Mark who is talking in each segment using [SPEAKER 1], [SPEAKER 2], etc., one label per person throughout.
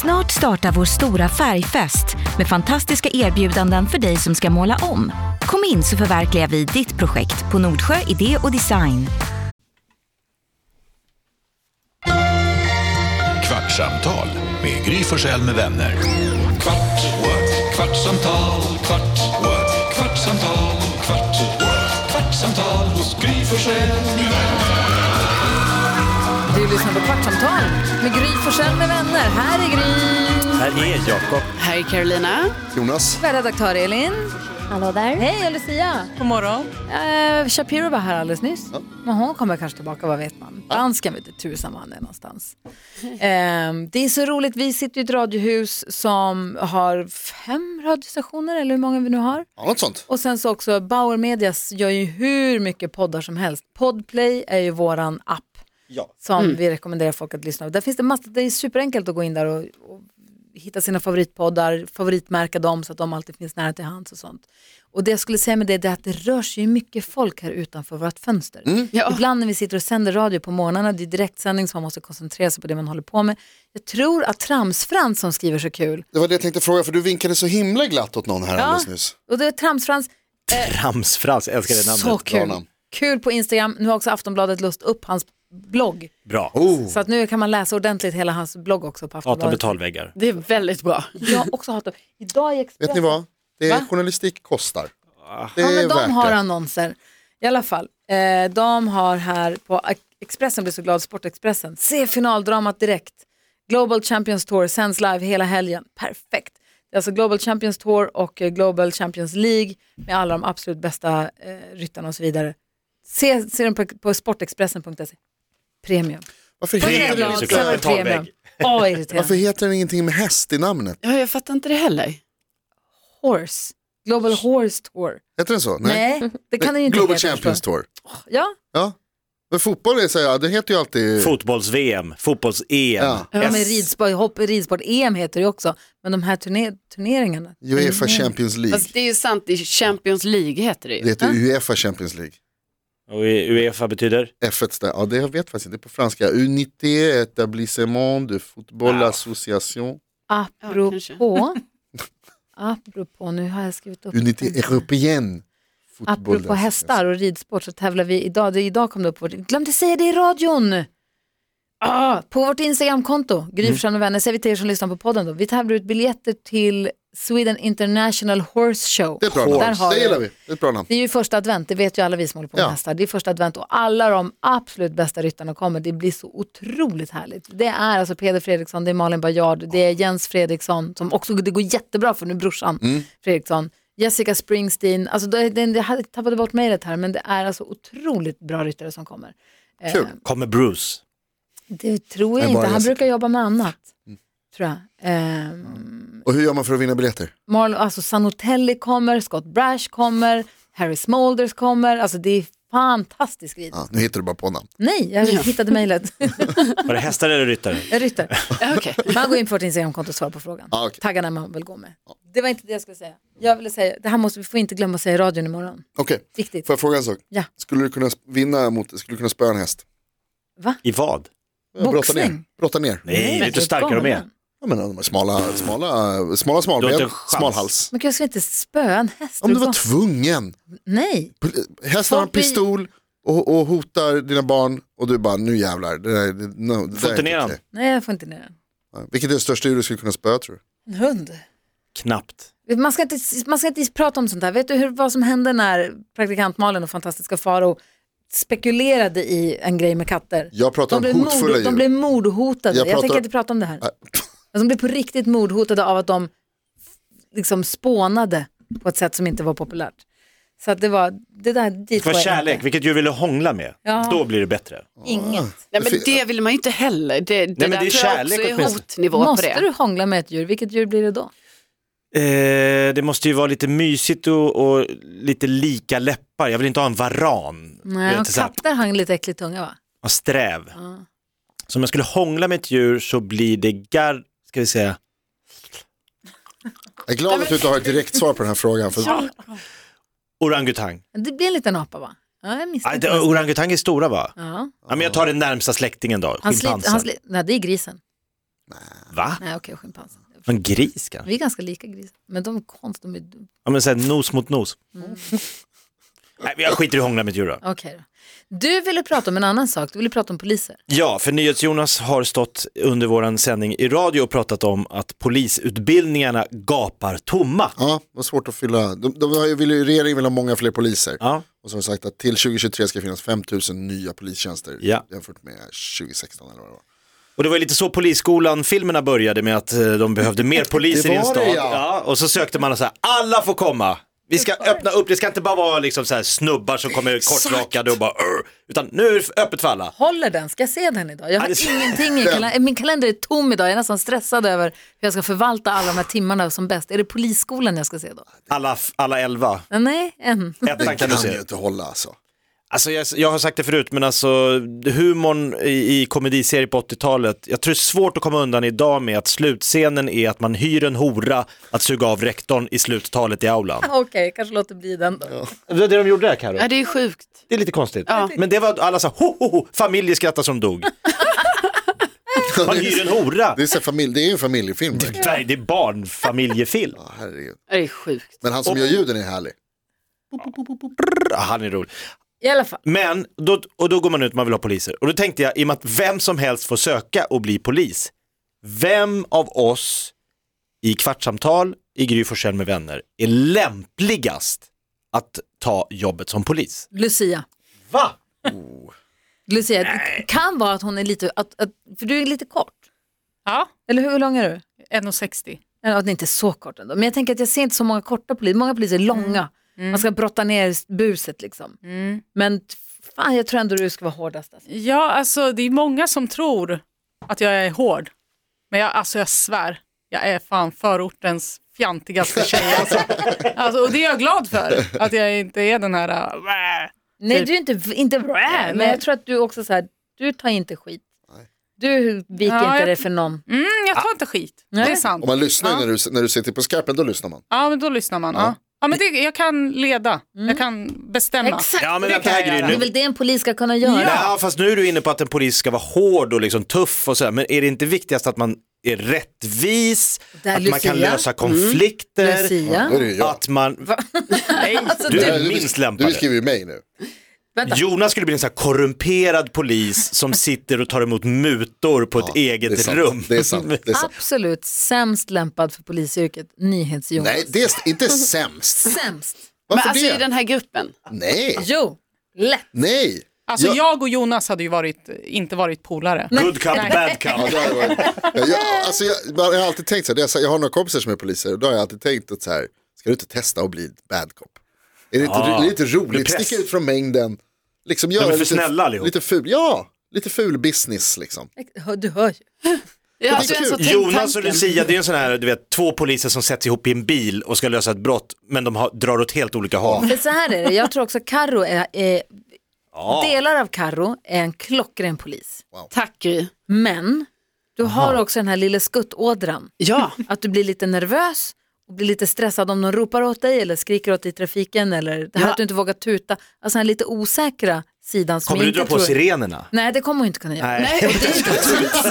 [SPEAKER 1] Snart startar vår stora färgfest med fantastiska erbjudanden för dig som ska måla om. Kom in så förverkligar vi ditt projekt på Nordsjö Idé och Design.
[SPEAKER 2] Kvartsamtal med Gry Forssell med vänner. Kvart, what? kvartsamtal, kvart, what? kvartsamtal, kvart, what? kvartsamtal hos Gry Forssell med vänner.
[SPEAKER 3] Du lyssnar på Kvartsamtal med Gry Forssell med vänner. Här är Gry.
[SPEAKER 4] Här är Jakob.
[SPEAKER 5] Här är Carolina.
[SPEAKER 6] Jonas.
[SPEAKER 3] Vår redaktör Elin.
[SPEAKER 7] Hallå där.
[SPEAKER 3] Hej och Lucia. God morgon. Eh, Shapiro var här alldeles nyss. Men hon kommer kanske tillbaka, vad vet man. Dansken vet inte tusan var han är någonstans. Eh, det är så roligt, vi sitter i ett radiohus som har fem radiostationer eller hur många vi nu har.
[SPEAKER 6] Ja, något sånt.
[SPEAKER 3] Och sen så också Bauer Medias gör ju hur mycket poddar som helst. Podplay är ju våran app som
[SPEAKER 7] Mm.
[SPEAKER 3] vi rekommenderar folk att lyssna på. Där finns det massor, det är superenkelt att gå in där och, och hitta sina favoritpoddar, favoritmärka dem så att de alltid finns nära till hands och sånt. Och det jag skulle säga med det det är att det rör sig ju mycket folk här utanför vårt fönster.
[SPEAKER 6] Mm.
[SPEAKER 5] Ja.
[SPEAKER 3] Ibland när vi sitter och sänder radio på morgnarna, det är direktsändning så man måste koncentrera sig på det man håller på med. Jag tror att Tramsfrans som skriver så kul,
[SPEAKER 6] Det var det jag tänkte fråga, för du vinkade så himla glatt åt någon här alldeles nyss.
[SPEAKER 3] och det är Tramsfrans,
[SPEAKER 4] Ramsfrans, jag älskar det namnet.
[SPEAKER 3] så kul.
[SPEAKER 6] namn.
[SPEAKER 3] Kul på Instagram, nu har också Aftonbladet låst upp hans blogg.
[SPEAKER 4] Bra.
[SPEAKER 6] Oh.
[SPEAKER 3] Så att nu kan man läsa ordentligt hela hans blogg också på
[SPEAKER 4] Hata
[SPEAKER 3] Aftonbladet.
[SPEAKER 4] betalväggar.
[SPEAKER 5] Det är väldigt bra.
[SPEAKER 3] Jag också hatar. Idag i Expressen.
[SPEAKER 6] Vet ni vad? Det är
[SPEAKER 3] Va?
[SPEAKER 6] journalistik kostar. Det
[SPEAKER 3] Ja,
[SPEAKER 6] är
[SPEAKER 3] men
[SPEAKER 6] värt
[SPEAKER 3] de har
[SPEAKER 6] det.
[SPEAKER 3] annonser. I alla fall, eh, de har här på Expressen blir så glad, Sportexpressen. Se finaldramat direkt. Global Champions Tour sänds live hela helgen. Perfekt. Det är alltså Global Champions Tour och eh, Global Champions League med alla de absolut bästa eh, ryttarna och så vidare. Se, se den på, på sportexpressen.se. Premium.
[SPEAKER 6] Varför
[SPEAKER 4] Premium,
[SPEAKER 6] heter,
[SPEAKER 4] såklart.
[SPEAKER 3] Sen var det
[SPEAKER 4] Betalvägg.
[SPEAKER 3] premium. Åh, vad
[SPEAKER 6] varför
[SPEAKER 3] irriterande.
[SPEAKER 6] heter den ingenting med häst i namnet?
[SPEAKER 5] Ja, jag fattar inte det heller.
[SPEAKER 3] Horse. Global Horse Tour.
[SPEAKER 6] Heter den så?
[SPEAKER 3] Nej, det kan den ju inte
[SPEAKER 6] Global
[SPEAKER 3] heta,
[SPEAKER 6] Champions
[SPEAKER 3] förstår
[SPEAKER 6] Tour.
[SPEAKER 3] du. Ja,
[SPEAKER 6] Ja. Men fotboll är så här, ja, det heter ju alltid...
[SPEAKER 4] Fotbolls-VM, fotbolls-EM.
[SPEAKER 6] Ja.
[SPEAKER 3] Ja, men ridsport, hopp, ridsport-EM heter det också. Men de här turne- turneringarna.
[SPEAKER 6] Uefa Champions League.
[SPEAKER 5] Fast det är ju sant, i Champions League heter det
[SPEAKER 6] Det
[SPEAKER 5] ju.
[SPEAKER 6] heter Uefa Champions League.
[SPEAKER 4] Och Uefa betyder?
[SPEAKER 6] F1, där. ja det jag vet faktiskt inte, det är på franska. Unité établissement de football association.
[SPEAKER 5] kanske.
[SPEAKER 3] Apropå, apropå, nu har jag skrivit upp
[SPEAKER 6] Unité
[SPEAKER 3] det.
[SPEAKER 6] européenne. Football
[SPEAKER 3] Apropå hästar
[SPEAKER 6] association.
[SPEAKER 3] och ridsport så tävlar vi idag, det, idag kom det upp, vårt, glömde säga det i radion. Ah, på vårt Instagramkonto, Gry
[SPEAKER 6] Mm.
[SPEAKER 3] Forssell med vänner, säger vi till er som lyssnar på podden då. Vi tävlar ut biljetter till Sweden International Horse Show.
[SPEAKER 6] Det är ett bra
[SPEAKER 3] Där har
[SPEAKER 6] namn, det
[SPEAKER 3] vi-
[SPEAKER 6] gillar vi. Det är ett bra namn.
[SPEAKER 3] Det är ju första advent, det vet ju alla vi som håller på med
[SPEAKER 6] Ja.
[SPEAKER 3] hästar. Det är första advent och alla de absolut bästa ryttarna kommer. Det blir så otroligt härligt. Det är alltså Peder Fredriksson, det är Malin Bajard, det är Jens Fredriksson som också, det går jättebra för nu brorsan
[SPEAKER 6] Mm.
[SPEAKER 3] Fredriksson. Jessica Springsteen, alltså det, det, det, jag tappade bort mejlet här men det är alltså otroligt bra ryttare som kommer.
[SPEAKER 6] Kul.
[SPEAKER 4] Kommer Bruce.
[SPEAKER 3] Det tror jag
[SPEAKER 6] Men bara Mm.
[SPEAKER 3] inte, han
[SPEAKER 6] Jessica.
[SPEAKER 3] brukar jobba med annat. Tror jag. Ehm,
[SPEAKER 6] Och hur gör man för att vinna biljetter?
[SPEAKER 3] Marlo, alltså Sanotelli kommer, Scott Brash kommer, Harry Smulders kommer. Alltså det är fantastisk ridsport.
[SPEAKER 6] Ja, nu hittar du bara på namn.
[SPEAKER 3] Nej, jag hittade mejlet.
[SPEAKER 4] Var det hästar eller ryttare?
[SPEAKER 3] En Rytter.
[SPEAKER 5] Ja, Okej.
[SPEAKER 3] Man går in på vårt Instagramkonto och svarar på frågan.
[SPEAKER 6] Ja, Ah, okej.
[SPEAKER 3] Tagga när man vill gå med. Det var inte det jag skulle säga. Jag ville säga, det här måste vi får inte glömma att säga i radion imorgon.
[SPEAKER 6] Okej,
[SPEAKER 3] Viktigt.
[SPEAKER 6] får jag fråga en sak?
[SPEAKER 3] Ja.
[SPEAKER 6] Skulle du kunna sp- vinna mot, skulle du kunna spöa en häst?
[SPEAKER 4] I vad?
[SPEAKER 6] Ja, Brotta
[SPEAKER 3] Boxning?
[SPEAKER 6] ner. Brotta ner.
[SPEAKER 4] Nej, vet du hur starka de är?
[SPEAKER 6] Jag menar, de är smala, smala, smala
[SPEAKER 4] Du har
[SPEAKER 6] smalben,
[SPEAKER 4] inte en chans.
[SPEAKER 6] smal hals.
[SPEAKER 3] Man kan ju inte spöa en häst.
[SPEAKER 6] Om du var
[SPEAKER 3] Utan-
[SPEAKER 6] tvungen,
[SPEAKER 3] Nej,
[SPEAKER 6] Pl- hästen har en
[SPEAKER 3] Folk blir-
[SPEAKER 6] pistol och, och hotar dina barn och du bara nu jävlar. Det där, det, no, det där är
[SPEAKER 4] inte ner
[SPEAKER 6] okej.
[SPEAKER 3] nej jag får inte ner den.
[SPEAKER 6] Ja. Vilket är det största djur du skulle kunna spöa tror du?
[SPEAKER 3] En hund.
[SPEAKER 4] Knappt.
[SPEAKER 3] Man ska, inte, man ska inte prata om sånt här. Vet du hur, vad som hände när praktikant Malin och fantastiska Faro spekulerade i en grej med katter?
[SPEAKER 6] Jag pratar
[SPEAKER 3] De
[SPEAKER 6] om
[SPEAKER 3] blev,
[SPEAKER 6] hotfulla
[SPEAKER 3] mord,
[SPEAKER 6] djur.
[SPEAKER 3] de blev mordhotade. Jag,
[SPEAKER 6] Jag pratar-
[SPEAKER 3] tänker inte prata om det här.
[SPEAKER 6] Nej.
[SPEAKER 3] Alltså, de blev på riktigt mordhotade av att de f- liksom spånade på ett sätt som inte var populärt. Så att det var, det där dit
[SPEAKER 4] Det var
[SPEAKER 3] jag
[SPEAKER 4] kärlek,
[SPEAKER 3] inte.
[SPEAKER 4] vilket djur vill du hångla med?
[SPEAKER 3] Ja.
[SPEAKER 4] Då blir det bättre.
[SPEAKER 3] Inget.
[SPEAKER 5] Nej, men det vill man ju inte heller. Det, det,
[SPEAKER 4] men
[SPEAKER 5] där
[SPEAKER 4] det är
[SPEAKER 5] tror jag
[SPEAKER 4] kärlek
[SPEAKER 5] också är
[SPEAKER 4] åtminstone.
[SPEAKER 5] hotnivå på
[SPEAKER 3] Måste
[SPEAKER 5] det.
[SPEAKER 3] du hångla med ett djur, vilket djur blir det då?
[SPEAKER 4] Eh, det måste ju vara lite mysigt och, och lite lika läppar. Jag vill inte ha en varan.
[SPEAKER 3] Nej,
[SPEAKER 4] Vet
[SPEAKER 3] och
[SPEAKER 4] du, så här,
[SPEAKER 3] katter har en lite äcklig tunga va?
[SPEAKER 4] och sträv. Så om jag skulle hångla med ett djur så blir det gar... Ska vi säga?
[SPEAKER 6] Jag är glad att du inte har ett direkt svar på den här frågan. För
[SPEAKER 4] Orangutang.
[SPEAKER 3] Det blir en liten apa va? Ja, jag
[SPEAKER 4] Ah,
[SPEAKER 3] misstänkte
[SPEAKER 4] det-
[SPEAKER 3] nästan.
[SPEAKER 4] Orangutang är stora va?
[SPEAKER 3] ja.
[SPEAKER 4] Ja, men jag tar den närmsta släktingen då,
[SPEAKER 3] Han slit,
[SPEAKER 4] schimpansen.
[SPEAKER 3] han slit, nej, det är grisen.
[SPEAKER 4] Va?
[SPEAKER 3] Nej, okej, schimpansen.
[SPEAKER 4] En gris kanske?
[SPEAKER 3] Vi är ganska lika grisar, men de är konst, de är...
[SPEAKER 4] Ja men såhär nos mot nos. Nej, jag skiter i att hångla med djur då.
[SPEAKER 3] Okej då. Du ville prata om en annan sak, du ville prata om poliser.
[SPEAKER 4] Ja, för NyhetsJonas har stått under våran sändning i radio och pratat om att polisutbildningarna gapar tomma.
[SPEAKER 6] Ja, vad svårt att fylla. De, de har ju, vill ju, regeringen vill ha många fler poliser.
[SPEAKER 4] Ja.
[SPEAKER 6] Och som har sagt att till 2023 ska det finnas 5 000 nya polistjänster
[SPEAKER 4] Ja.
[SPEAKER 6] jämfört med 2016 eller vad det var.
[SPEAKER 4] Och det var ju lite så Polisskolan-filmerna började med att eh, de behövde mer poliser i en
[SPEAKER 6] var
[SPEAKER 4] stad.
[SPEAKER 6] det, ja.
[SPEAKER 4] och så sökte man och så här, alla får komma. Vi ska öppna upp, det ska inte bara vara liksom så här snubbar som kommer kortrakade och bara "Urr", utan nu är det öppet för alla.
[SPEAKER 3] Håller den? Ska jag se den idag? Jag har
[SPEAKER 4] Ja, det-
[SPEAKER 3] ingenting i kalendern. Min kalender är tom idag. Jag är nästan stressad över hur jag ska förvalta alla de här timmarna som bäst. Är det polisskolan jag ska se då?
[SPEAKER 4] Alla, alla elva,
[SPEAKER 3] Nej, än.
[SPEAKER 4] ettan kan du
[SPEAKER 6] Kan
[SPEAKER 4] se.
[SPEAKER 6] ju inte hålla alltså.
[SPEAKER 4] Alltså jag, jag har sagt det förut, men alltså humorn i, i komediserier på 80-talet, jag tror det är svårt att komma undan idag med att slutscenen är att man hyr en hora att suga av rektorn i sluttalet i aulan.
[SPEAKER 3] Okej, kanske låter bli den då.
[SPEAKER 4] Det var det de gjorde där Karo.
[SPEAKER 5] Ja, det är sjukt.
[SPEAKER 4] Det är lite konstigt. Men det var alla så här, ho, ho, ho, familjer skrattar som dog. Man hyr en hora.
[SPEAKER 6] Det är, så här familj, det är ju en familjefilm. verkligen.
[SPEAKER 4] Nej, det är barnfamiljefilm.
[SPEAKER 6] Ja, herregud.
[SPEAKER 5] Ja, Det är sjukt.
[SPEAKER 6] Men han som gör ljuden är härlig.
[SPEAKER 4] Ah, Han är rolig.
[SPEAKER 3] I alla fall.
[SPEAKER 4] Men, då, och då går man ut, man vill ha poliser. Och då tänkte jag, i och med att vem som helst får söka och bli polis, vem av oss i Kvartsamtal, i Gry Forssell med vänner, är lämpligast att ta jobbet som polis?
[SPEAKER 3] Lucia.
[SPEAKER 4] Va?
[SPEAKER 3] Lucia, det kan vara att hon är lite, att, att, för du är lite kort.
[SPEAKER 7] Ja,
[SPEAKER 3] Eller hur lång är du?
[SPEAKER 7] 1,60.
[SPEAKER 3] Ja, att ni inte är så kort ändå. Men jag tänker att jag ser inte så många korta poliser. Många poliser är långa. Man ska brotta ner buset liksom. Men t- fan, jag tror ändå du ska vara hårdast. Alltså.
[SPEAKER 7] Ja, alltså det är många som tror att jag är hård. Men jag, alltså jag svär, jag är fan förortens fjantigaste tjej. Alltså. Alltså, och det är jag glad för, att jag inte är den här... äh, "Bäh."
[SPEAKER 3] Nej,
[SPEAKER 7] Typ.
[SPEAKER 3] du är inte, inte bra, men jag tror att du också så här, du tar inte skit. Du viker
[SPEAKER 7] Ja,
[SPEAKER 3] inte
[SPEAKER 7] jag-
[SPEAKER 3] det för någon.
[SPEAKER 7] Mm, jag tar inte skit, det är sant.
[SPEAKER 6] Ah. Om man lyssnar
[SPEAKER 7] Ja.
[SPEAKER 6] när, du, när du sitter på skarpen, då lyssnar man.
[SPEAKER 7] Ja, men då lyssnar man. Ja. Ja, men det, jag kan leda,
[SPEAKER 6] Mm.
[SPEAKER 7] jag kan bestämma.
[SPEAKER 3] Exakt,
[SPEAKER 4] Ja, men
[SPEAKER 7] Det
[SPEAKER 4] vänta
[SPEAKER 7] kan
[SPEAKER 4] här
[SPEAKER 7] jag
[SPEAKER 4] Gry,
[SPEAKER 7] göra.
[SPEAKER 3] det är
[SPEAKER 4] nu,
[SPEAKER 3] väl det en polis ska kunna göra.
[SPEAKER 4] Ja, fast nu är du inne på att en polis ska vara hård och liksom tuff och sådär, men är det inte viktigast att man är rättvis,
[SPEAKER 3] Där,
[SPEAKER 4] att man
[SPEAKER 3] Lucia.
[SPEAKER 4] kan
[SPEAKER 3] Mm.
[SPEAKER 4] lösa konflikter,
[SPEAKER 6] Då är
[SPEAKER 3] Lucia,
[SPEAKER 6] det ju jag.
[SPEAKER 4] att man... Du är minst lämpad.
[SPEAKER 6] Du skriver ju mig nu.
[SPEAKER 3] Alltså, typ, vänta.
[SPEAKER 4] Jonas skulle bli en sån här korrumperad polis som sitter och tar emot mutor på ett
[SPEAKER 6] det är
[SPEAKER 4] eget
[SPEAKER 6] sant.
[SPEAKER 4] rum.
[SPEAKER 6] Det är sant. Det är sant.
[SPEAKER 3] Absolut sämst lämpad för polisyrket, nyhetsjonas.
[SPEAKER 6] Nej, det är inte sämst.
[SPEAKER 3] Sämst.
[SPEAKER 6] Varför
[SPEAKER 5] Men alltså
[SPEAKER 6] det?
[SPEAKER 5] i den här gruppen.
[SPEAKER 6] Nej,
[SPEAKER 3] Jo, lätt.
[SPEAKER 6] nej.
[SPEAKER 7] Alltså
[SPEAKER 6] jag...
[SPEAKER 7] jag och Jonas hade ju varit, inte varit polare.
[SPEAKER 4] Good cup, bad
[SPEAKER 6] Ja,
[SPEAKER 4] cup.
[SPEAKER 6] det hade varit- Ja, jag, alltså jag, jag har alltid tänkt så här, det är så här, jag har några kompisar som är poliser och då har jag alltid tänkt att så här, ska du inte testa att bli bad cop? Är det inte,
[SPEAKER 4] Ah.
[SPEAKER 6] det är lite
[SPEAKER 4] Bli
[SPEAKER 6] roligt,
[SPEAKER 4] press.
[SPEAKER 6] sticka ut från mängden, liksom
[SPEAKER 4] är
[SPEAKER 6] göra
[SPEAKER 4] för snälla
[SPEAKER 6] lite,
[SPEAKER 4] allihop.
[SPEAKER 6] lite ful, ja, lite ful business liksom.
[SPEAKER 3] Du hör ju.
[SPEAKER 5] Ja, alltså, jag
[SPEAKER 6] kul.
[SPEAKER 5] har så tänkt
[SPEAKER 4] Jonas och
[SPEAKER 5] tanken.
[SPEAKER 4] Lucia, det är en sån här, du vet, två poliser som sätts ihop i en bil och ska lösa ett brott, men de har, drar åt helt olika håll.
[SPEAKER 3] För så här är det, jag tror också Karo är, är delar av Karo är en klockren polis.
[SPEAKER 5] Tack Gry.
[SPEAKER 3] Men du har också den här lilla skuttådran.
[SPEAKER 5] Ja,
[SPEAKER 3] Att du blir lite nervös och blir lite stressad om någon ropar åt dig eller skriker åt dig i trafiken eller det här
[SPEAKER 5] Ja.
[SPEAKER 3] att du inte vågar tuta. Alltså den lite osäkra sidan som
[SPEAKER 4] Kommer du
[SPEAKER 3] jag
[SPEAKER 4] dra
[SPEAKER 3] inte
[SPEAKER 4] på
[SPEAKER 3] tror...
[SPEAKER 4] sirenerna?
[SPEAKER 3] Nej, det kommer hon inte kunna göra.
[SPEAKER 4] Nej,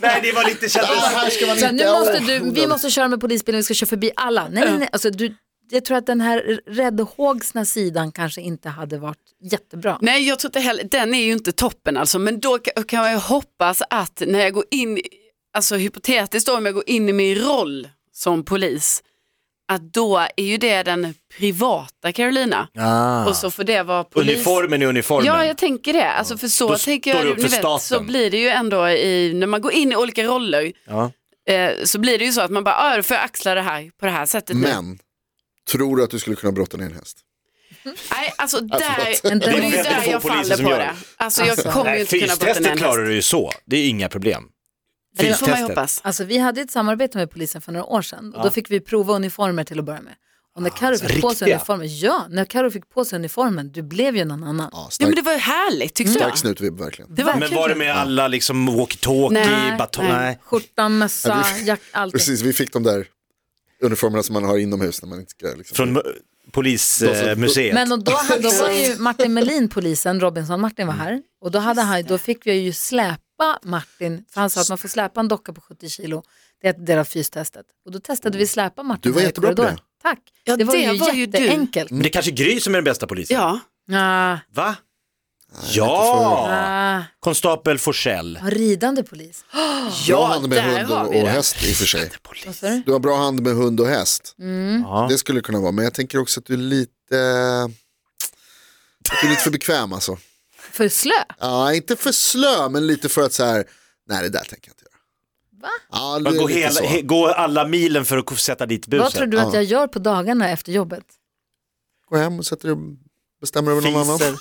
[SPEAKER 4] Nej det var lite
[SPEAKER 6] Ja,
[SPEAKER 4] kändes...
[SPEAKER 6] här ska man
[SPEAKER 3] Så här,
[SPEAKER 6] inte,
[SPEAKER 3] nu måste du, vi
[SPEAKER 6] Åh,
[SPEAKER 3] måste köra med polisbilen, vi ska köra förbi alla. Nej, nej, alltså du, jag tror att den här räddhågsna sidan kanske inte hade varit jättebra.
[SPEAKER 5] nej jag tror inte heller, den är ju inte toppen alltså, men då ka- kan jag ju hoppas att när jag går in, i- alltså hypotetiskt då om jag går in i min roll som polis, att då är ju det den privata Carolina och så får det vara polis.
[SPEAKER 4] Ah. Uniformen är uniformen.
[SPEAKER 5] Ja, jag tänker det. Alltså, för så
[SPEAKER 4] Då
[SPEAKER 5] tänker
[SPEAKER 4] står
[SPEAKER 5] jag,
[SPEAKER 4] du upp för
[SPEAKER 5] ni vet, så
[SPEAKER 4] staten.
[SPEAKER 5] blir det ju ändå i, när man går in i olika roller,
[SPEAKER 4] Ja.
[SPEAKER 5] eh, så blir det ju så att man bara, "Ah, då får jag axla det här på det här sättet nu."
[SPEAKER 6] Men, tror du att du skulle kunna brotta ner en häst?
[SPEAKER 5] Nej, alltså där,
[SPEAKER 6] förlåt.
[SPEAKER 5] och det är
[SPEAKER 3] Det
[SPEAKER 5] ju
[SPEAKER 3] är
[SPEAKER 5] där
[SPEAKER 4] få
[SPEAKER 5] jag
[SPEAKER 4] poliser
[SPEAKER 5] faller
[SPEAKER 4] som
[SPEAKER 5] på
[SPEAKER 4] gör
[SPEAKER 5] det.
[SPEAKER 4] det.
[SPEAKER 5] Alltså jag
[SPEAKER 3] Alltså.
[SPEAKER 5] kommer ju
[SPEAKER 4] Nej,
[SPEAKER 5] inte kunna brotta ner
[SPEAKER 4] fystestet
[SPEAKER 5] en
[SPEAKER 4] klarar
[SPEAKER 5] häst.
[SPEAKER 4] du ju så, det är inga problem.
[SPEAKER 5] Ja, Det får man ju
[SPEAKER 4] Fystestet.
[SPEAKER 5] hoppas.
[SPEAKER 3] Alltså vi hade ett samarbete med polisen för några år sedan och då fick vi prova uniformer till att börja med. Och när Karo fick på sig
[SPEAKER 4] Ah, alltså, riktiga?
[SPEAKER 3] uniformen, ja, när Karo fick på sig uniformen, du blev ju någon annan.
[SPEAKER 6] Ja,
[SPEAKER 5] Ja,
[SPEAKER 6] stark,
[SPEAKER 5] men det var ju härligt tyckte
[SPEAKER 6] stark
[SPEAKER 5] jag.
[SPEAKER 3] Ah.
[SPEAKER 6] snutvibb verkligen.
[SPEAKER 5] Det var
[SPEAKER 4] Men var det med alla liksom walkie-talkie,
[SPEAKER 5] Nej,
[SPEAKER 4] batong?
[SPEAKER 5] nej.
[SPEAKER 4] Nej.
[SPEAKER 3] Skjorta, mössa, jack, allting.
[SPEAKER 6] Precis, vi fick de där uniformerna som man har inomhus när man inte ska liksom.
[SPEAKER 4] Från mu- polismuseet.
[SPEAKER 3] Men och då,
[SPEAKER 6] Mm.
[SPEAKER 3] hade, då var ju Martin Melin polisen, Robinson-Martin var här, och då, hade han, då fick vi ju släpa släpa Martin, för han sa att man får släpa en docka på 70 kilo. Det är en del av fystestet. Och då testade vi släpa Martin
[SPEAKER 6] Du var
[SPEAKER 3] här i
[SPEAKER 6] jättebra på
[SPEAKER 3] korridoren.
[SPEAKER 6] det.
[SPEAKER 3] Tack.
[SPEAKER 5] Ja,
[SPEAKER 3] det var
[SPEAKER 5] det
[SPEAKER 3] ju
[SPEAKER 5] var ju du.
[SPEAKER 3] jätteenkelt.
[SPEAKER 4] Men det är kanske Gry som är den bästa polisen.
[SPEAKER 5] Ja,
[SPEAKER 3] Ah,
[SPEAKER 4] Va? Ja,
[SPEAKER 3] ah,
[SPEAKER 4] konstapel Forsell.
[SPEAKER 3] ridande polis.
[SPEAKER 6] Bra
[SPEAKER 5] ja
[SPEAKER 6] hand med
[SPEAKER 5] där
[SPEAKER 6] hund och,
[SPEAKER 5] har vi
[SPEAKER 6] och
[SPEAKER 5] det.
[SPEAKER 6] häst i och för sig.
[SPEAKER 3] Vad sa du? Mm.
[SPEAKER 6] Du har bra hand med hund och häst.
[SPEAKER 4] Ja.
[SPEAKER 6] Det skulle kunna vara, men jag tänker också att du är lite, att du är lite för bekväm alltså.
[SPEAKER 3] För slö?
[SPEAKER 6] Ja, inte för slö, men lite för att så här, nej det där tänker jag inte göra. Va? Ja, det
[SPEAKER 4] Man
[SPEAKER 6] är
[SPEAKER 4] går,
[SPEAKER 6] lite
[SPEAKER 4] hela,
[SPEAKER 6] så.
[SPEAKER 4] he, går alla milen för att k- sätta dit
[SPEAKER 3] Vad tror
[SPEAKER 4] buset.
[SPEAKER 3] du att jag gör på dagarna efter jobbet?
[SPEAKER 6] Gå hem och sätter dig och bestämmer över någon annan.
[SPEAKER 4] Fiser.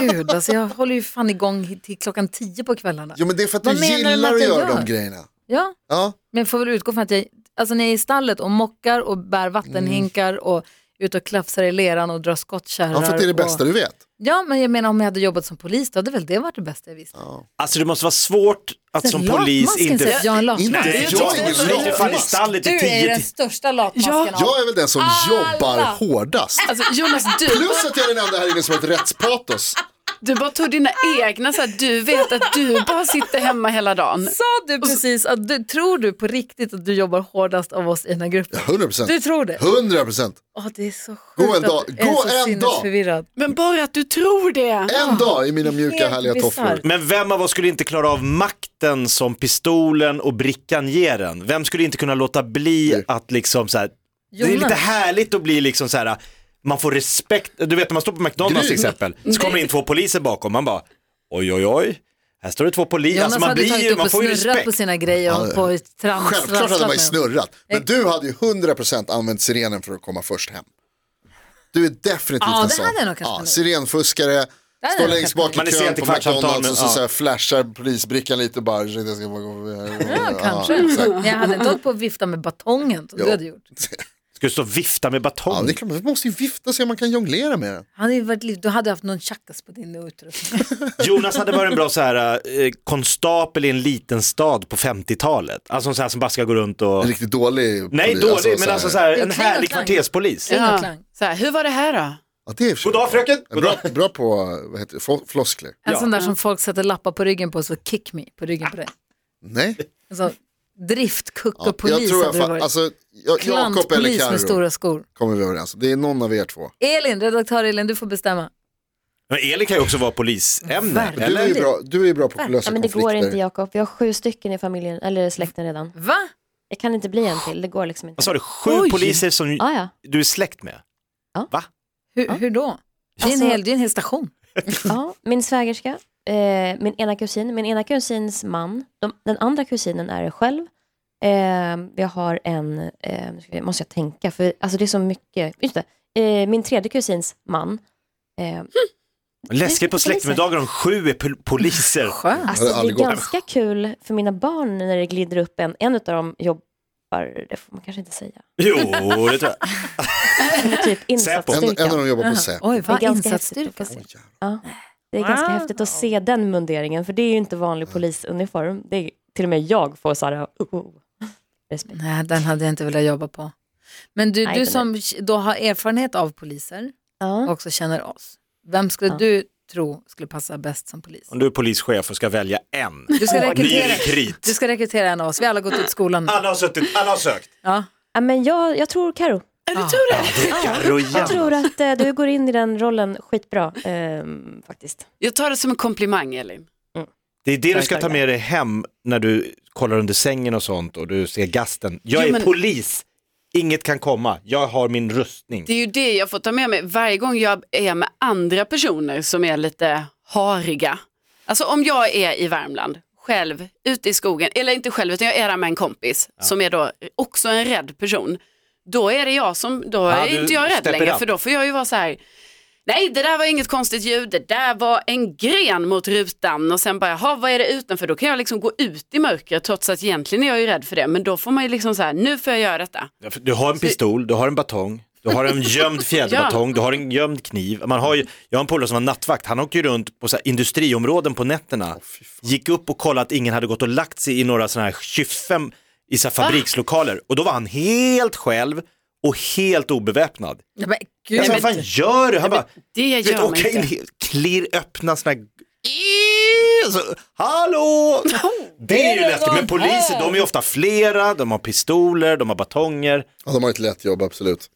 [SPEAKER 3] Gud, alltså jag håller ju fan igång till klockan tio på kvällarna.
[SPEAKER 6] Jo men det är för att
[SPEAKER 3] Vad
[SPEAKER 6] du
[SPEAKER 3] menar du med
[SPEAKER 6] gillar
[SPEAKER 3] att
[SPEAKER 6] att
[SPEAKER 3] jag
[SPEAKER 6] göra
[SPEAKER 3] gör?
[SPEAKER 6] de grejerna.
[SPEAKER 3] Ja,
[SPEAKER 6] Ja,
[SPEAKER 3] men jag får väl utgå från att jag, alltså när jag är i stallet och mockar och bär vattenhinkar och ut och klafsar i leran och drar skottkärror.
[SPEAKER 6] ja för att det är det bästa
[SPEAKER 3] Och,
[SPEAKER 6] du vet.
[SPEAKER 3] ja, men jag menar om jag hade jobbat som polis, då hade väl det varit det bästa jag visste.
[SPEAKER 4] Alltså det måste vara svårt att
[SPEAKER 3] Sen
[SPEAKER 4] som polis
[SPEAKER 3] latmasken
[SPEAKER 4] inte...
[SPEAKER 3] säger att Jag är en
[SPEAKER 6] Inte
[SPEAKER 3] latmask.
[SPEAKER 4] Nej,
[SPEAKER 6] jag,
[SPEAKER 4] jag
[SPEAKER 6] jag
[SPEAKER 4] är
[SPEAKER 6] är
[SPEAKER 4] i alla fall i
[SPEAKER 6] latmask.
[SPEAKER 4] stallet i
[SPEAKER 3] Du är
[SPEAKER 4] tio
[SPEAKER 3] den
[SPEAKER 4] till...
[SPEAKER 3] största latmasken
[SPEAKER 5] Ja,
[SPEAKER 3] av
[SPEAKER 6] Jag är väl den som jobbar hårdast.
[SPEAKER 5] Alltså, Jonas, du,
[SPEAKER 6] Plus att jag är den enda här inne som har ett rättspatos.
[SPEAKER 5] du bara tog dina egna, så här, du vet att du bara sitter hemma hela dagen.
[SPEAKER 3] Sa du precis att du, tror du på riktigt att du jobbar hårdast av oss i den här gruppen?
[SPEAKER 6] 100 procent.
[SPEAKER 3] Du tror det?
[SPEAKER 6] 100 procent.
[SPEAKER 3] Åh, det är så sjukt
[SPEAKER 6] Gå en dag,
[SPEAKER 3] att du är
[SPEAKER 6] gå
[SPEAKER 3] så
[SPEAKER 6] en dag.
[SPEAKER 3] sinnesförvirrad.
[SPEAKER 5] Men bara att du tror det.
[SPEAKER 6] En dag i mina mjuka
[SPEAKER 3] Helt
[SPEAKER 6] härliga tofflor.
[SPEAKER 3] bisarrt.
[SPEAKER 4] Men vem av oss skulle inte klara av makten som pistolen och brickan ger en? Vem skulle inte kunna låta bli att liksom så här, det är
[SPEAKER 3] Jonas.
[SPEAKER 4] lite härligt att bli liksom så här, man får respekt, du vet när man står på McDonalds
[SPEAKER 6] Gry.
[SPEAKER 4] till exempel, så kommer det in två poliser bakom, man bara oj oj oj, här står det två poliser,
[SPEAKER 3] Jonas
[SPEAKER 4] alltså man
[SPEAKER 3] hade
[SPEAKER 4] blir
[SPEAKER 3] tagit
[SPEAKER 4] ju,
[SPEAKER 3] upp
[SPEAKER 4] man
[SPEAKER 3] och
[SPEAKER 4] får ju
[SPEAKER 3] snurrat
[SPEAKER 4] respekt.
[SPEAKER 3] på sina grejer och på trams,
[SPEAKER 6] Självklart hade
[SPEAKER 3] trasslat
[SPEAKER 6] man ju
[SPEAKER 3] med dem.
[SPEAKER 6] snurrat.
[SPEAKER 3] Eh.
[SPEAKER 6] Men du hade ju 100% använt sirenen för att komma först hem. Du är definitivt
[SPEAKER 3] Ja,
[SPEAKER 6] en
[SPEAKER 3] det
[SPEAKER 6] sån.
[SPEAKER 3] hade jag nog kanske
[SPEAKER 6] ja,
[SPEAKER 3] nu.
[SPEAKER 6] sirenfuskare,
[SPEAKER 3] hade
[SPEAKER 6] står
[SPEAKER 3] jag
[SPEAKER 6] längst
[SPEAKER 3] kanske
[SPEAKER 6] bak i
[SPEAKER 4] Man är
[SPEAKER 6] kön
[SPEAKER 4] sent i
[SPEAKER 6] på
[SPEAKER 4] kvartssamtal,
[SPEAKER 6] McDonalds och så,
[SPEAKER 4] men,
[SPEAKER 6] så
[SPEAKER 4] ja.
[SPEAKER 6] här flashar polisbrickan lite och bara ursäkta jag ska bara gå
[SPEAKER 3] Ja, Mm. kanske.
[SPEAKER 6] exakt.
[SPEAKER 3] Men jag hade inte hållit på att vifta med batongen som
[SPEAKER 6] Jo.
[SPEAKER 3] du hade gjort.
[SPEAKER 4] Ska du stå och vifta med
[SPEAKER 6] Ja,
[SPEAKER 4] batong?
[SPEAKER 6] det är klart, man måste ju vifta så man kan jonglera med den.
[SPEAKER 3] Han hade ju varit, liv- du hade haft någon tjackas på din utrustning.
[SPEAKER 4] Jonas hade varit en bra så här, eh, konstapel i en liten stad på 50-talet, alltså en sån här som bara ska gå runt och
[SPEAKER 6] En riktigt dålig
[SPEAKER 4] Nej
[SPEAKER 6] polis,
[SPEAKER 4] dålig,
[SPEAKER 6] alltså,
[SPEAKER 4] men
[SPEAKER 6] här-
[SPEAKER 4] alltså så här,
[SPEAKER 3] Det är
[SPEAKER 4] en
[SPEAKER 3] kling och
[SPEAKER 4] härlig
[SPEAKER 3] klang.
[SPEAKER 4] kvarterspolis.
[SPEAKER 3] Kling och
[SPEAKER 5] Ja.
[SPEAKER 3] Alltså, klang.
[SPEAKER 5] Så här, hur var det här då?
[SPEAKER 6] Ja, det är i och för sig
[SPEAKER 4] Goddag fröken!
[SPEAKER 6] bra. Bra, bra på vad heter det, fo- floskler.
[SPEAKER 3] En
[SPEAKER 4] Ja.
[SPEAKER 3] sån där som folk sätter lappar på ryggen på, så kick me på ryggen på dig.
[SPEAKER 6] Nej.
[SPEAKER 3] En sån driftkuck
[SPEAKER 6] Ja,
[SPEAKER 3] och polis hade det
[SPEAKER 6] fa-
[SPEAKER 3] varit.
[SPEAKER 6] alltså, jag, Jakob eller
[SPEAKER 3] Klantpolis med
[SPEAKER 6] Carro
[SPEAKER 3] stora skor.
[SPEAKER 6] kommer vi överens om. Det är någon av er två.
[SPEAKER 3] Elin, redaktör Elin, du får bestämma.
[SPEAKER 4] Men Elin kan ju också vara polisämne.
[SPEAKER 3] Verkligen.
[SPEAKER 6] Du är ju
[SPEAKER 4] Eller?
[SPEAKER 6] bra, du är ju bra på att lösa
[SPEAKER 8] Ja, men det
[SPEAKER 6] konflikter.
[SPEAKER 8] går inte Jakob. Jag har sju stycken i familjen, eller släkten redan.
[SPEAKER 3] Va?
[SPEAKER 8] Jag kan inte bli en till, det går liksom inte.
[SPEAKER 6] Alltså,
[SPEAKER 4] Vad sa du, sju
[SPEAKER 5] Oj.
[SPEAKER 4] poliser som
[SPEAKER 8] Ja, ja.
[SPEAKER 4] du är släkt med?
[SPEAKER 3] Hur, hur då? Det är, en
[SPEAKER 8] Alltså-
[SPEAKER 3] hel, det är en hel station.
[SPEAKER 8] ja. Min svägerska, eh, min ena kusin, min ena kusins man, de, den andra kusinen är själv. Eh, jag har en, eh, nu ska vi- måste jag tänka, för alltså, det är så mycket. Just det, eh, min tredje kusins man. Eh,
[SPEAKER 4] Läskigt på
[SPEAKER 8] Poliser.
[SPEAKER 4] släktmiddagar om sju är pol- poliser.
[SPEAKER 3] Skönt.
[SPEAKER 8] Alltså
[SPEAKER 6] Det
[SPEAKER 8] det
[SPEAKER 6] hade
[SPEAKER 8] är
[SPEAKER 6] aldrig gått.
[SPEAKER 8] ganska kul för mina barn när det glider upp en. En av dem jobbar, det får man kanske inte säga.
[SPEAKER 4] Jo, det tror jag.
[SPEAKER 8] Hon är typ
[SPEAKER 6] En, en av
[SPEAKER 8] insatsstyrkan.
[SPEAKER 6] dem jobbar på Säpo.
[SPEAKER 3] Oj, vad
[SPEAKER 8] Det är ganska
[SPEAKER 3] insatsstyrka.
[SPEAKER 8] häftigt Ja, det är ganska
[SPEAKER 3] Wow.
[SPEAKER 8] häftigt att se den munderingen, för det är ju inte vanlig polisuniform. Det är, till och med jag får så här, oh, oh. respekt.
[SPEAKER 3] Nej, den hade jag inte velat jobba på. Men du,
[SPEAKER 8] Nej,
[SPEAKER 3] du
[SPEAKER 8] den
[SPEAKER 3] som då har erfarenhet av poliser och
[SPEAKER 8] Ja.
[SPEAKER 3] också känner oss. Vem skulle du tro skulle passa bäst som polis?
[SPEAKER 4] Om du är polischef och ska välja en.
[SPEAKER 3] Du ska
[SPEAKER 4] Ni är
[SPEAKER 3] rekrytera,
[SPEAKER 4] rekryt.
[SPEAKER 3] du ska rekrytera en av oss. Vi har alla gått ut skolan nu.
[SPEAKER 4] Alla har suttit, alla har sökt.
[SPEAKER 3] Ja.
[SPEAKER 8] Ja, men jag, jag tror Karo.
[SPEAKER 4] Karo
[SPEAKER 8] Jag
[SPEAKER 4] igen.
[SPEAKER 8] tror att eh, du går in i den rollen skitbra, ehm, faktiskt.
[SPEAKER 5] Jag tar det som en komplimang Elin.
[SPEAKER 4] Det är det du ska ta med dig hem när du kollar under sängen och sånt och du ser gasten. Jag
[SPEAKER 5] Jo,
[SPEAKER 4] är
[SPEAKER 5] men-
[SPEAKER 4] polis, inget kan komma, jag har min rustning.
[SPEAKER 5] Det är ju det jag får ta med mig varje gång jag är med andra personer som är lite hariga. Alltså om jag är i Värmland själv ute i skogen, eller inte själv utan jag är där med en kompis som är då också en rädd person. Då är det jag som, då
[SPEAKER 4] Ja, du
[SPEAKER 5] är inte jag rädd
[SPEAKER 4] stepper
[SPEAKER 5] längre
[SPEAKER 4] upp.
[SPEAKER 5] för då får jag ju vara så här, nej det där var inget konstigt ljud, det där var en gren mot rutan och sen bara, jaha vad är det utanför? Då kan jag liksom gå ut i mörkret trots att egentligen är jag ju rädd för det, men då får man ju liksom så här, nu får jag göra detta.
[SPEAKER 4] Ja, för Du har en pistol, du har en batong, du har en gömd fjäderbatong, du har en gömd kniv. Man har ju, jag har en polare som var nattvakt, han åkte ju runt på så här industriområden på nätterna. gick upp och kollade att ingen hade gått och lagt sig i några sådana här kyffen i så här fabrikslokaler. Och då var han helt själv och helt obeväpnad.
[SPEAKER 3] Ja, Men, gud,
[SPEAKER 4] Jag sa, vad fan gör du? Han bara,
[SPEAKER 5] Det
[SPEAKER 4] vet,
[SPEAKER 5] gör man
[SPEAKER 4] åka
[SPEAKER 5] inte.
[SPEAKER 4] in, i- klirr, öppna sådana här Och så, Hallå! Det är ju läskigt, men poliser de är ofta flera, de har pistoler, de har batonger.
[SPEAKER 6] Ja, de har ett lätt jobb, absolut.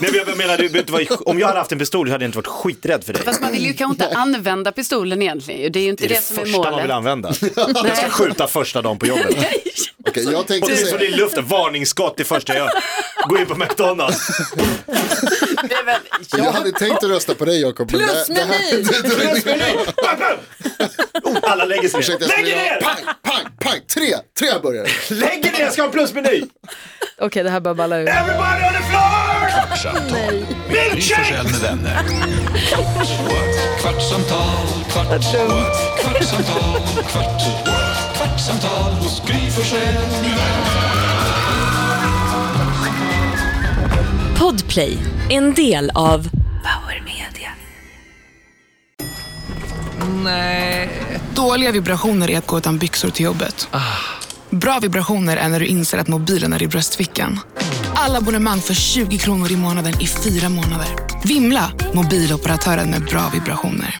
[SPEAKER 4] Nej, men jag menar, du, behöver inte vara- om jag hade haft en pistol hade jag inte varit skiträdd för dig.
[SPEAKER 5] Fast man vill ju kanske inte använda pistolen egentligen. Det är ju inte
[SPEAKER 4] Det är
[SPEAKER 5] det,
[SPEAKER 4] det,
[SPEAKER 5] som är
[SPEAKER 4] första man vill
[SPEAKER 5] målet.
[SPEAKER 4] använda. Jag ska skjuta första dagen på jobbet.
[SPEAKER 6] Okej, jag
[SPEAKER 4] Och
[SPEAKER 6] tänkte
[SPEAKER 4] Alltså, det är så det är
[SPEAKER 6] säga,
[SPEAKER 4] i luften, varningsskott det första jag Gå in på McDonalds.
[SPEAKER 5] Det är väl,
[SPEAKER 6] jag hade tänkt att rösta på dig Jakob. men det- det här-
[SPEAKER 4] Bam, bam! Oh, alla lägger sig
[SPEAKER 6] Ursäkta,
[SPEAKER 4] ner.
[SPEAKER 6] jag
[SPEAKER 4] Lägg
[SPEAKER 6] skulle
[SPEAKER 4] er
[SPEAKER 6] göra
[SPEAKER 4] ner!
[SPEAKER 6] pang, pang, pang, tre, tre hamburgare.
[SPEAKER 4] Lägg er ner, jag ska ha en plusmeny!
[SPEAKER 3] Okej, det här börjar balla ur.
[SPEAKER 4] Everybody on the floor!
[SPEAKER 2] Kvartsamtal med Gry Forssell med vänner. Kvart, what? kvartsamtal, kvart, what? kvartsamtal, kvart, what? kvartsamtal hos Gry Forssell med vänner.
[SPEAKER 8] Podplay, en del av
[SPEAKER 7] Dåliga vibrationer är att gå utan byxor till jobbet. Bra vibrationer är när du inser att mobilen är i bröstfickan. Alla abonnemang för 20 kronor i månaden i fyra månader. Vimla! Mobiloperatören med bra vibrationer.